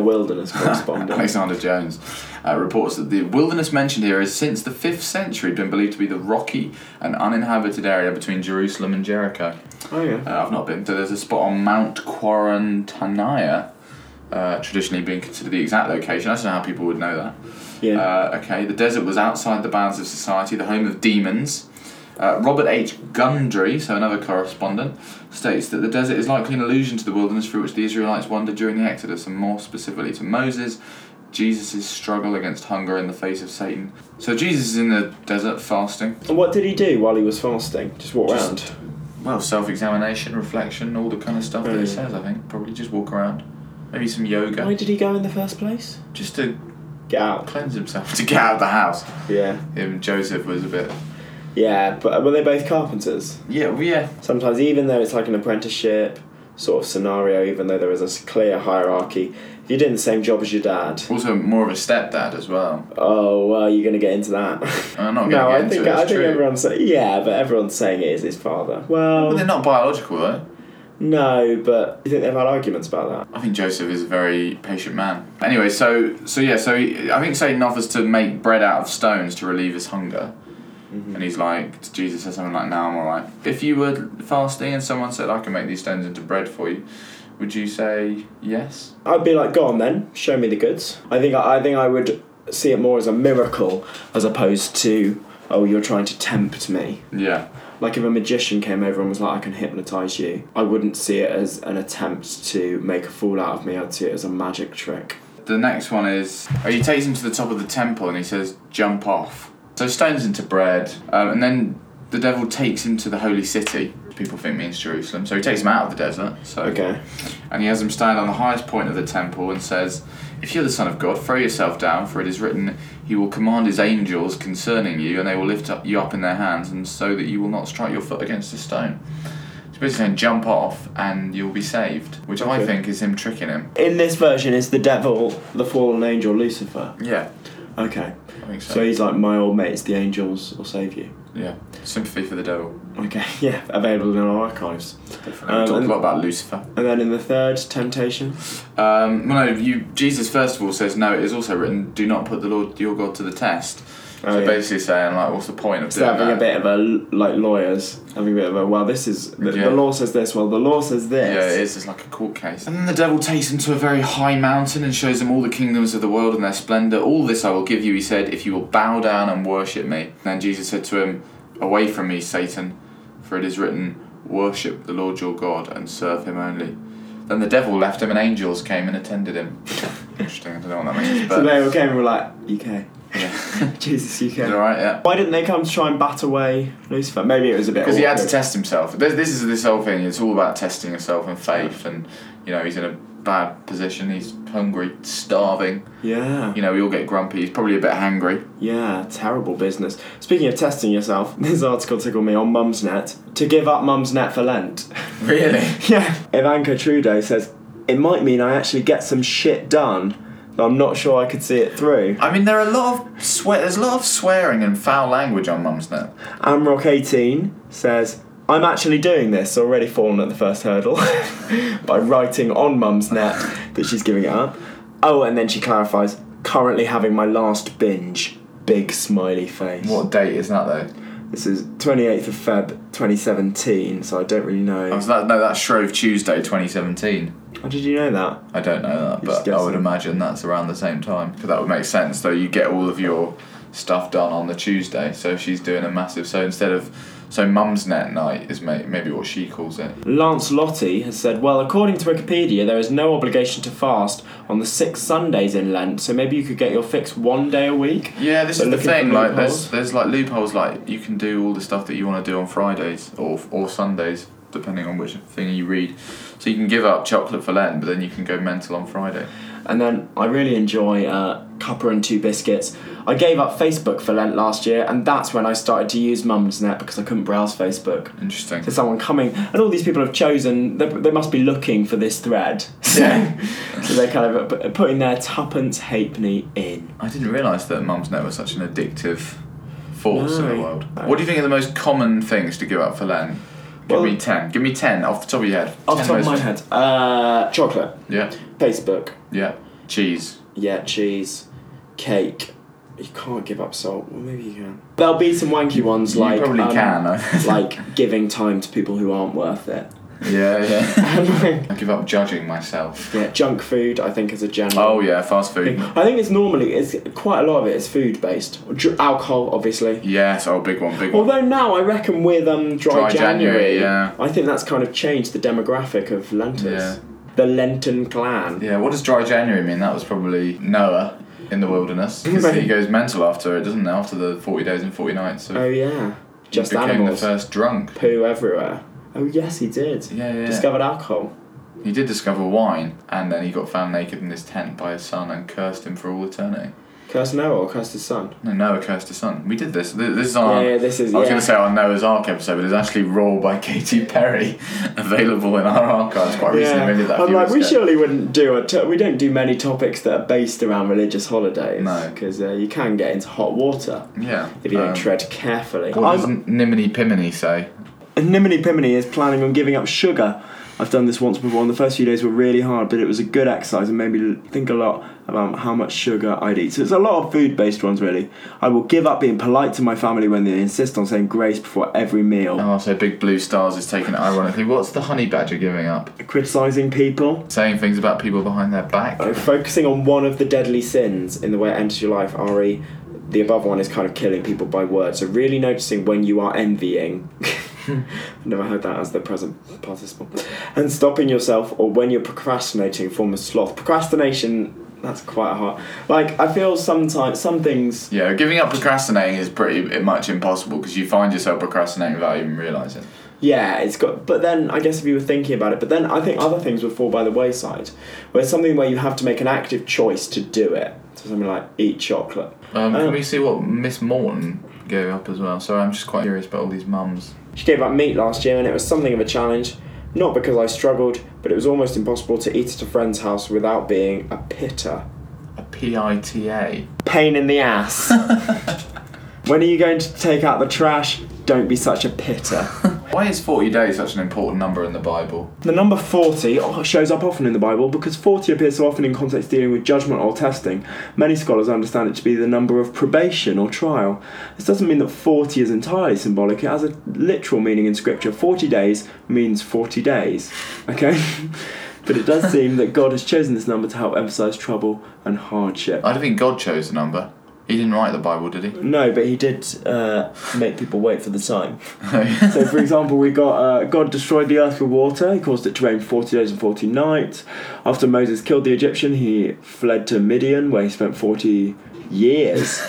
Speaker 3: wilderness correspondent.
Speaker 2: Alexander Jones uh, reports that the wilderness mentioned here has since the 5th century been believed to be the rocky and uninhabited area between Jerusalem and Jericho.
Speaker 3: oh yeah.
Speaker 2: Uh, I've not been. So there's a spot on Mount Quarantania, uh, traditionally being considered the exact location. I don't know how people would know that.
Speaker 3: Yeah.
Speaker 2: Uh, okay, the desert was outside the bounds of society, the home of demons. Uh, Robert H. Gundry, so another correspondent, states that the desert is likely an allusion to the wilderness through which the Israelites wandered during the Exodus, and more specifically to Moses, Jesus' struggle against hunger in the face of Satan. So Jesus is in the desert fasting.
Speaker 3: and what did he do while he was fasting? Just walk
Speaker 2: Just-
Speaker 3: around.
Speaker 2: Well, self examination, Oh, reflection, all the kind of stuff that
Speaker 3: Yeah.
Speaker 2: it says, I think. Probably just walk around. Maybe some yoga.
Speaker 3: Why did he go in the first place?
Speaker 2: Just to
Speaker 3: Get out.
Speaker 2: cleanse himself, to get out of the house.
Speaker 3: Yeah.
Speaker 2: Him, Joseph was a bit.
Speaker 3: Yeah, but were they both carpenters?
Speaker 2: Yeah, well, yeah.
Speaker 3: Sometimes, even though it's like an apprenticeship sort of scenario, even though there is a s- clear hierarchy, if you're doing the same job as your dad,
Speaker 2: Also, more of a stepdad as well.
Speaker 3: oh well, you're gonna get into that.
Speaker 2: I'm not going to
Speaker 3: no,
Speaker 2: get
Speaker 3: I
Speaker 2: into
Speaker 3: think
Speaker 2: it. It's
Speaker 3: I think
Speaker 2: true.
Speaker 3: everyone's say, yeah, but everyone's saying it is his father. Well,
Speaker 2: Well, they're not biological, though.
Speaker 3: no, but you think they've had arguments about that?
Speaker 2: I think Joseph is a very patient man. Anyway, so so yeah, so he- I think Satan offers to make bread out of stones to relieve his hunger, and he's like Jesus says something like, "Now I'm alright." If you were fasting and someone said, "I can make these stones into bread for you," would you say yes?
Speaker 3: I'd be like, go on then, show me the goods. I think I, think I would see it more as a miracle as opposed to oh, you're trying to tempt me.
Speaker 2: Yeah.
Speaker 3: Like if a magician came over and was like, I can hypnotize you, I wouldn't see it as an attempt to make a fool out of me. I'd see it as a magic trick.
Speaker 2: The next one is oh, he takes him to the top of the temple and he says, "Jump off." So stones into bread, um, and then the devil takes him to the holy city. People think means Jerusalem, so he takes him out of the desert. So
Speaker 3: Okay.
Speaker 2: and he has him stand on the highest point of the temple and says, If you're the Son of God, throw yourself down, for it is written, He will command His angels concerning you, and they will lift up you up in their hands, and so that you will not strike your foot against a stone. He's basically saying, Jump off, and you'll be saved, which I
Speaker 3: Okay.
Speaker 2: think is him tricking him.
Speaker 3: In this version, is the devil the fallen angel Lucifer?
Speaker 2: Yeah,
Speaker 3: Okay.
Speaker 2: I think so.
Speaker 3: So he's like, my old mates, the angels will save you.
Speaker 2: yeah, sympathy for the devil.
Speaker 3: Okay, yeah, available in our archives.
Speaker 2: Definitely. we
Speaker 3: Um,
Speaker 2: talked
Speaker 3: and-
Speaker 2: a lot about Lucifer.
Speaker 3: And then in the third, temptation.
Speaker 2: Um, well, no, you, Jesus first of all says, No, it is also written, Do not put the Lord your God to the test.
Speaker 3: Oh,
Speaker 2: So basically saying like, what's the point of
Speaker 3: So
Speaker 2: doing
Speaker 3: having
Speaker 2: that? uh,
Speaker 3: a bit of a like lawyers having a bit of a well this is the,
Speaker 2: Yeah.
Speaker 3: the law says this well the law says this
Speaker 2: Yeah, it is. It's like a court case. And then the devil takes him to a very high mountain and shows him all the kingdoms of the world and their splendor. All this I will give you, he said, if you will bow down and worship me. Then Jesus said to him, Away from me, Satan, for it is written, Worship the Lord your God and serve him only. Then the devil left him and angels came and attended him. Interesting, I don't know what that means, but.
Speaker 3: so they all came and were like UK
Speaker 2: Yeah.
Speaker 3: Jesus UK
Speaker 2: Alright, yeah.
Speaker 3: why didn't they come to try and bat away Lucifer maybe it was a bit
Speaker 2: because he had to
Speaker 3: awkward.
Speaker 2: test himself. This, this is this whole thing. It's all about testing yourself and faith, and you know he's in a bad position. He's hungry, starving.
Speaker 3: yeah
Speaker 2: You know we all get grumpy. He's probably a bit hangry.
Speaker 3: Yeah, terrible business. Speaking of testing yourself, this article tickled me on Mumsnet. To give up Mumsnet for Lent.
Speaker 2: Really?
Speaker 3: yeah. Ivanka Trudeau says, it might mean I actually get some shit done, but I'm not sure I could see it through.
Speaker 2: I mean, there are a lot of swear. There's a lot of swearing and foul language on Mumsnet.
Speaker 3: Amrock18 says, I'm actually doing this, already fallen at the first hurdle, by writing on Mumsnet that she's giving it up. Oh, and then she clarifies, currently having my last binge. Big smiley face.
Speaker 2: What date is that though?
Speaker 3: This is 28th of Feb 2017, so I don't really know.
Speaker 2: Oh, so that, no, that's Shrove Tuesday, 2017.
Speaker 3: How did you know that?
Speaker 2: I don't know that,
Speaker 3: Just
Speaker 2: but I would
Speaker 3: guessing.
Speaker 2: imagine that's around the same time. 'Cause that would make sense, though. You get all of your stuff done on the Tuesday, so she's doing a massive. So instead of so Mum's Net Night is may, maybe what she calls it.
Speaker 3: Lance Lottie has said, Well, according to Wikipedia, there is no obligation to fast on the six Sundays in Lent, so maybe you could get your fix one day a week.
Speaker 2: Yeah, this
Speaker 3: But
Speaker 2: is the
Speaker 3: looking for
Speaker 2: thing. Like, there's
Speaker 3: loopholes.
Speaker 2: there's like loopholes. Like, you can do all the stuff that you want to do on Fridays or or Sundays, depending on which thing you read. So you can give up chocolate for Lent, but then you can go mental on Friday.
Speaker 3: And then I really enjoy uh, Cuppa and Two Biscuits. I gave up Facebook for Lent last year, and that's when I started to use Mumsnet because I couldn't browse Facebook.
Speaker 2: Interesting.
Speaker 3: to someone coming, and all these people have chosen. They, they must be looking for this thread. So,
Speaker 2: Yeah.
Speaker 3: so they're kind of p- putting their tuppence halfpenny in.
Speaker 2: I didn't realise that Mum's Net was such an addictive force in
Speaker 3: No.
Speaker 2: the world. What do you think are the most common things to give up for Len? Give
Speaker 3: Well-
Speaker 2: me ten. Give me ten off the top of your head.
Speaker 3: Off the
Speaker 2: 10
Speaker 3: top of my
Speaker 2: most-
Speaker 3: head, uh, chocolate,
Speaker 2: Yeah,
Speaker 3: Facebook,
Speaker 2: yeah. Cheese.
Speaker 3: yeah, cheese, cake. You can't give up salt. Well, maybe you can. There'll be some wanky ones like
Speaker 2: you probably
Speaker 3: um,
Speaker 2: can. though.
Speaker 3: like giving time to people who aren't worth it.
Speaker 2: yeah, yeah. I give up judging myself.
Speaker 3: yeah, junk food. I think is a general.
Speaker 2: Oh yeah, fast food.
Speaker 3: I think it's normally it's quite a lot of it is food based. Dr- alcohol, obviously.
Speaker 2: Yes, oh big one, big one.
Speaker 3: Although now I reckon with um, dry,
Speaker 2: Dry January, yeah.
Speaker 3: I think that's kind of changed the demographic of Lenters.
Speaker 2: Yeah.
Speaker 3: The Lenten clan.
Speaker 2: Yeah, what does dry January mean? That was probably Noah in the wilderness. 'Cause
Speaker 3: Right.
Speaker 2: he goes mental after it, doesn't he? After the 40 days and 40 nights. So
Speaker 3: Oh yeah, just
Speaker 2: he became
Speaker 3: animals.
Speaker 2: the first drunk.
Speaker 3: Poo everywhere. Oh yes, he did.
Speaker 2: Yeah, yeah.
Speaker 3: Discovered alcohol.
Speaker 2: He did discover wine, and then he got found naked in his tent by his son and cursed him for all eternity.
Speaker 3: Cursed Noah or cursed his son.
Speaker 2: No, Noah cursed his son. We did this. Th- This is on.
Speaker 3: Yeah, yeah, this is-
Speaker 2: Oh. I was
Speaker 3: yeah.
Speaker 2: going to say on Noah's Ark episode, but it's actually Raw by Katy Perry, available in our archives quite recently. We did that a
Speaker 3: I'm
Speaker 2: few
Speaker 3: like, we
Speaker 2: weeks ago.
Speaker 3: surely wouldn't do a. T- we don't do many topics that are based around religious holidays.
Speaker 2: No.
Speaker 3: because uh, you can get into hot water
Speaker 2: Yeah.
Speaker 3: if you don't
Speaker 2: um,
Speaker 3: tread carefully.
Speaker 2: What
Speaker 3: I'm-
Speaker 2: does Nimini Pimini say?
Speaker 3: Nimini Pimini is planning on giving up sugar. I've done this once before, and the first few days were really hard, but it was a good exercise and made me l- think a lot about how much sugar I'd eat. So it's a lot of food based ones, really. I will give up being polite to my family when they insist on saying grace before every meal.
Speaker 2: Oh, so Big Blue Stars is taking it ironically. What's the honey badger giving up?
Speaker 3: Criticising people.
Speaker 2: Saying things about people behind their back.
Speaker 3: Focusing on one of the deadly sins in the way it enters your life, Ari. The above one is kind of killing people by word, so really noticing when you are envying. I've never heard that as the present participle. And stopping yourself or when you're procrastinating, a form of sloth. Procrastination, that's quite hard. Like, I feel sometimes, some things.
Speaker 2: Yeah, giving up procrastinating is pretty much impossible because you find yourself procrastinating without even realizing.
Speaker 3: Yeah, it's got. But then, I guess if you were thinking about it, but then I think other things would fall by the wayside. Where it's something where you have to make an active choice to do it. So something like eat chocolate.
Speaker 2: Um,
Speaker 3: Oh.
Speaker 2: can we see what Miss Morton gave up as well? Sorry, I'm just quite curious about all these mums.
Speaker 3: She gave up meat last year and it was something of a challenge. Not because I struggled, but it was almost impossible to eat at a friend's house without being a pitter.
Speaker 2: A PITA.
Speaker 3: Pain in the ass. when are you going to take out the trash? Don't be such a pitter.
Speaker 2: Why is 40 days such an important number in the Bible?
Speaker 3: The number 40 shows up often in the Bible because 40 appears so often in contexts dealing with judgment or testing. Many scholars understand it to be the number of probation or trial. This doesn't mean that 40 is entirely symbolic, it has a literal meaning in scripture. 40 days means 40 days, okay? but it does seem that God has chosen this number to help emphasize trouble and hardship.
Speaker 2: I don't think God chose the number. He didn't write the Bible, did he?
Speaker 3: No, but he did uh, make people wait for the time. so, for example, we got uh, God destroyed the earth with water. He caused it to rain forty days and forty nights. After Moses killed the Egyptian, he fled to Midian, where he spent forty years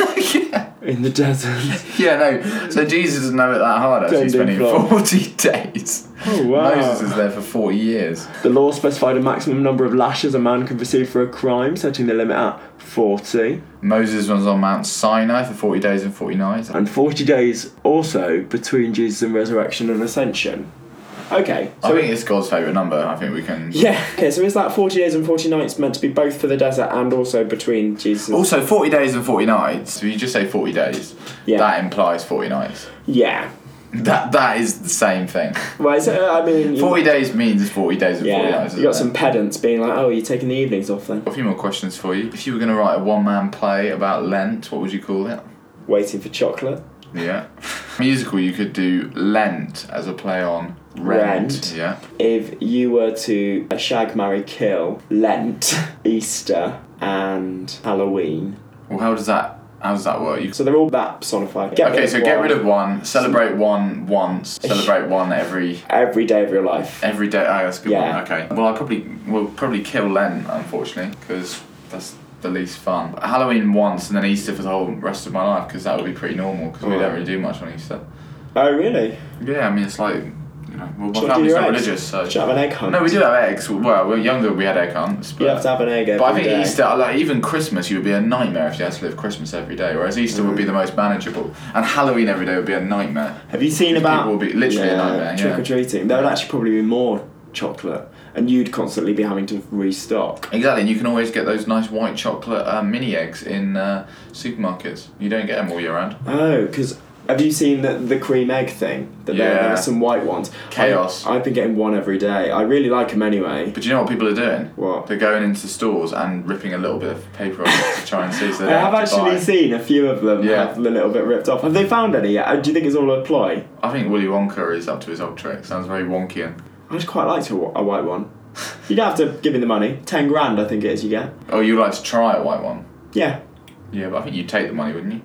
Speaker 3: in the desert.
Speaker 2: Yeah, no. So Jesus doesn't have it that hard actually,
Speaker 3: Don't do
Speaker 2: spending
Speaker 3: flop.
Speaker 2: 40 days.
Speaker 3: Oh wow!
Speaker 2: Moses is there for 40 years.
Speaker 3: The law specified a maximum number of lashes a man could receive for a crime, setting the limit at forty.
Speaker 2: Moses was on Mount Sinai for 40 days and 40 nights.
Speaker 3: and 40 days also between Jesus' and resurrection and ascension. Okay,
Speaker 2: I
Speaker 3: so
Speaker 2: think it's God's favourite number. I think we can.
Speaker 3: yeah, okay, so is that 40 days and 40 nights meant to be both for the desert and also between Jesus and
Speaker 2: Also, 40 days and 40 nights. If you just say 40 days,
Speaker 3: Yeah.
Speaker 2: that implies 40 nights.
Speaker 3: Yeah.
Speaker 2: That That is the same thing.
Speaker 3: Well, is it, uh, I mean, you-
Speaker 2: 40 days means 40 days and 40
Speaker 3: yeah,
Speaker 2: nights.
Speaker 3: you got
Speaker 2: isn't
Speaker 3: some
Speaker 2: it?
Speaker 3: pedants being like, oh, you're taking the evenings off then,
Speaker 2: A few more questions for you. If you were going to write a one man play about Lent, what would you call it?
Speaker 3: waiting for chocolate.
Speaker 2: Yeah. Musical, you could do Lent as a play on
Speaker 3: Rent.
Speaker 2: Rent. Yeah.
Speaker 3: If you were to uh, shag, marry, kill, Lent, Easter, and Halloween.
Speaker 2: Well, how does that how does that work? You,
Speaker 3: So they're all that personified. Get
Speaker 2: okay, so get
Speaker 3: one
Speaker 2: rid of one, celebrate one once, celebrate one every
Speaker 3: every day of your life.
Speaker 2: every day. Oh, that's a good
Speaker 3: Yeah.
Speaker 2: one. Okay. Well, I probably will probably kill Lent unfortunately because that's the least fun. Halloween once and then Easter for the whole rest of my life because that would be pretty normal because we
Speaker 3: Right.
Speaker 2: don't really do much on Easter.
Speaker 3: Oh, really?
Speaker 2: Yeah, I mean it's like you know, well, my
Speaker 3: Should I do
Speaker 2: family's
Speaker 3: your
Speaker 2: not
Speaker 3: eggs?
Speaker 2: religious, so
Speaker 3: Should I have an egg hunt?
Speaker 2: no, we do have eggs. Well, we we're younger, we had egg hunts, but
Speaker 3: You have to have an egg every
Speaker 2: But I think
Speaker 3: day.
Speaker 2: Easter, like even Christmas, you would be a nightmare if you had to live Christmas every day. Whereas Easter would
Speaker 3: Mm.
Speaker 2: be the most manageable, and Halloween every day would be a nightmare.
Speaker 3: Have you seen
Speaker 2: People
Speaker 3: about
Speaker 2: will be literally a nightmare,
Speaker 3: trick
Speaker 2: yeah.
Speaker 3: or treating? There would actually probably be more chocolate, and you'd constantly be having to restock.
Speaker 2: Exactly, and you can always get those nice white chocolate uh, mini eggs in uh, supermarkets. You don't get them all year round.
Speaker 3: Oh, because have you seen the, the cream egg thing? That there, there
Speaker 2: Yeah.
Speaker 3: are some white ones.
Speaker 2: Chaos.
Speaker 3: I, have been getting one every day. I really like them anyway.
Speaker 2: But do you know what people are doing?
Speaker 3: What?
Speaker 2: They're going into stores and ripping a little bit of paper off to try and see. So
Speaker 3: I
Speaker 2: they don't
Speaker 3: have
Speaker 2: to
Speaker 3: actually
Speaker 2: buy.
Speaker 3: seen a few of them
Speaker 2: Yeah.
Speaker 3: have a little bit ripped off. Have they found any yet? Uh, Do you think it's all a ploy?
Speaker 2: I think Willy Wonka is up to his old trick. Sounds very wonkian.
Speaker 3: I'd quite like to, a white one. You'd have to give me the money. Ten grand, I think it is. You get.
Speaker 2: Oh, you'd like to try a white one?
Speaker 3: Yeah.
Speaker 2: Yeah, but I think you'd take the money, wouldn't you?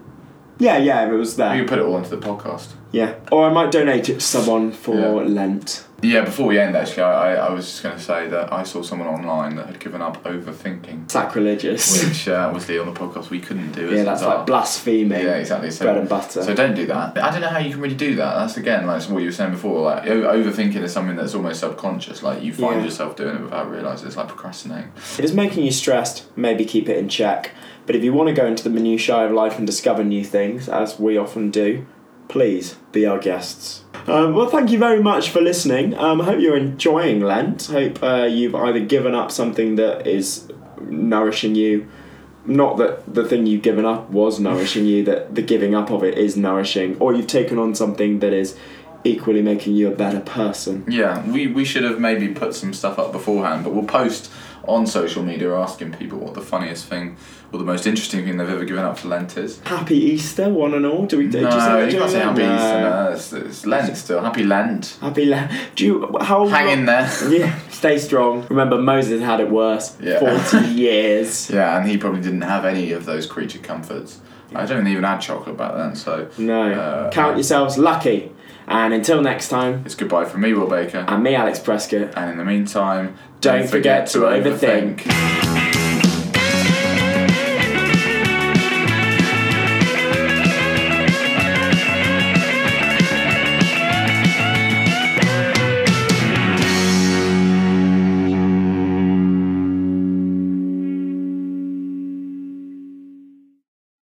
Speaker 3: Yeah, yeah. If it was there.
Speaker 2: You could put it all into the podcast.
Speaker 3: Yeah. Or I might donate it to someone for
Speaker 2: Yeah.
Speaker 3: Lent.
Speaker 2: Yeah, before we end, actually, I, I, I was just going to say that I saw someone online that had given up overthinking,
Speaker 3: Sacrilegious.
Speaker 2: which uh, obviously on the podcast we couldn't do.
Speaker 3: yeah,
Speaker 2: as
Speaker 3: that's
Speaker 2: it is
Speaker 3: like
Speaker 2: our-
Speaker 3: blaspheming.
Speaker 2: Oh. Yeah, exactly. So,
Speaker 3: bread and butter.
Speaker 2: So don't do that. I don't know how you can really do that. That's again, like what you were saying before. Like o- overthinking is something that's almost subconscious. Like you find
Speaker 3: Yeah.
Speaker 2: yourself doing it without realizing. It's like procrastinating.
Speaker 3: If it's making you stressed, maybe keep it in check. But if you want to go into the minutiae of life and discover new things, as we often do, please be our guests. Um, well, thank you very much for listening. Um, I hope you're enjoying Lent. Hope uh, you've either given up something that is nourishing you. Not that the thing you've given up was nourishing you, that the giving up of it is nourishing, or you've taken on something that is equally making you a better person.
Speaker 2: Yeah, we we should have maybe put some stuff up beforehand, but we'll post on social media asking people what the funniest thing or the most interesting thing they've ever given up for Lent is.
Speaker 3: Happy Easter, one and all. Do we do
Speaker 2: No,
Speaker 3: you say we're
Speaker 2: you
Speaker 3: doing
Speaker 2: can't say
Speaker 3: that?
Speaker 2: happy Easter.
Speaker 3: No.
Speaker 2: No, it's, it's Lent still. Happy Lent.
Speaker 3: Happy la- Do you how
Speaker 2: Hang in there.
Speaker 3: Yeah, stay strong. Remember, Moses had it worse.
Speaker 2: Yeah.
Speaker 3: Forty years.
Speaker 2: Yeah, and he probably didn't have any of those creature comforts. I don't even had chocolate back then, so
Speaker 3: No,
Speaker 2: Uh,
Speaker 3: count yourselves lucky. And until next time,
Speaker 2: it's goodbye from me, Will Baker.
Speaker 3: and me, Alex Prescott.
Speaker 2: And in the meantime,
Speaker 3: Don't forget to overthink.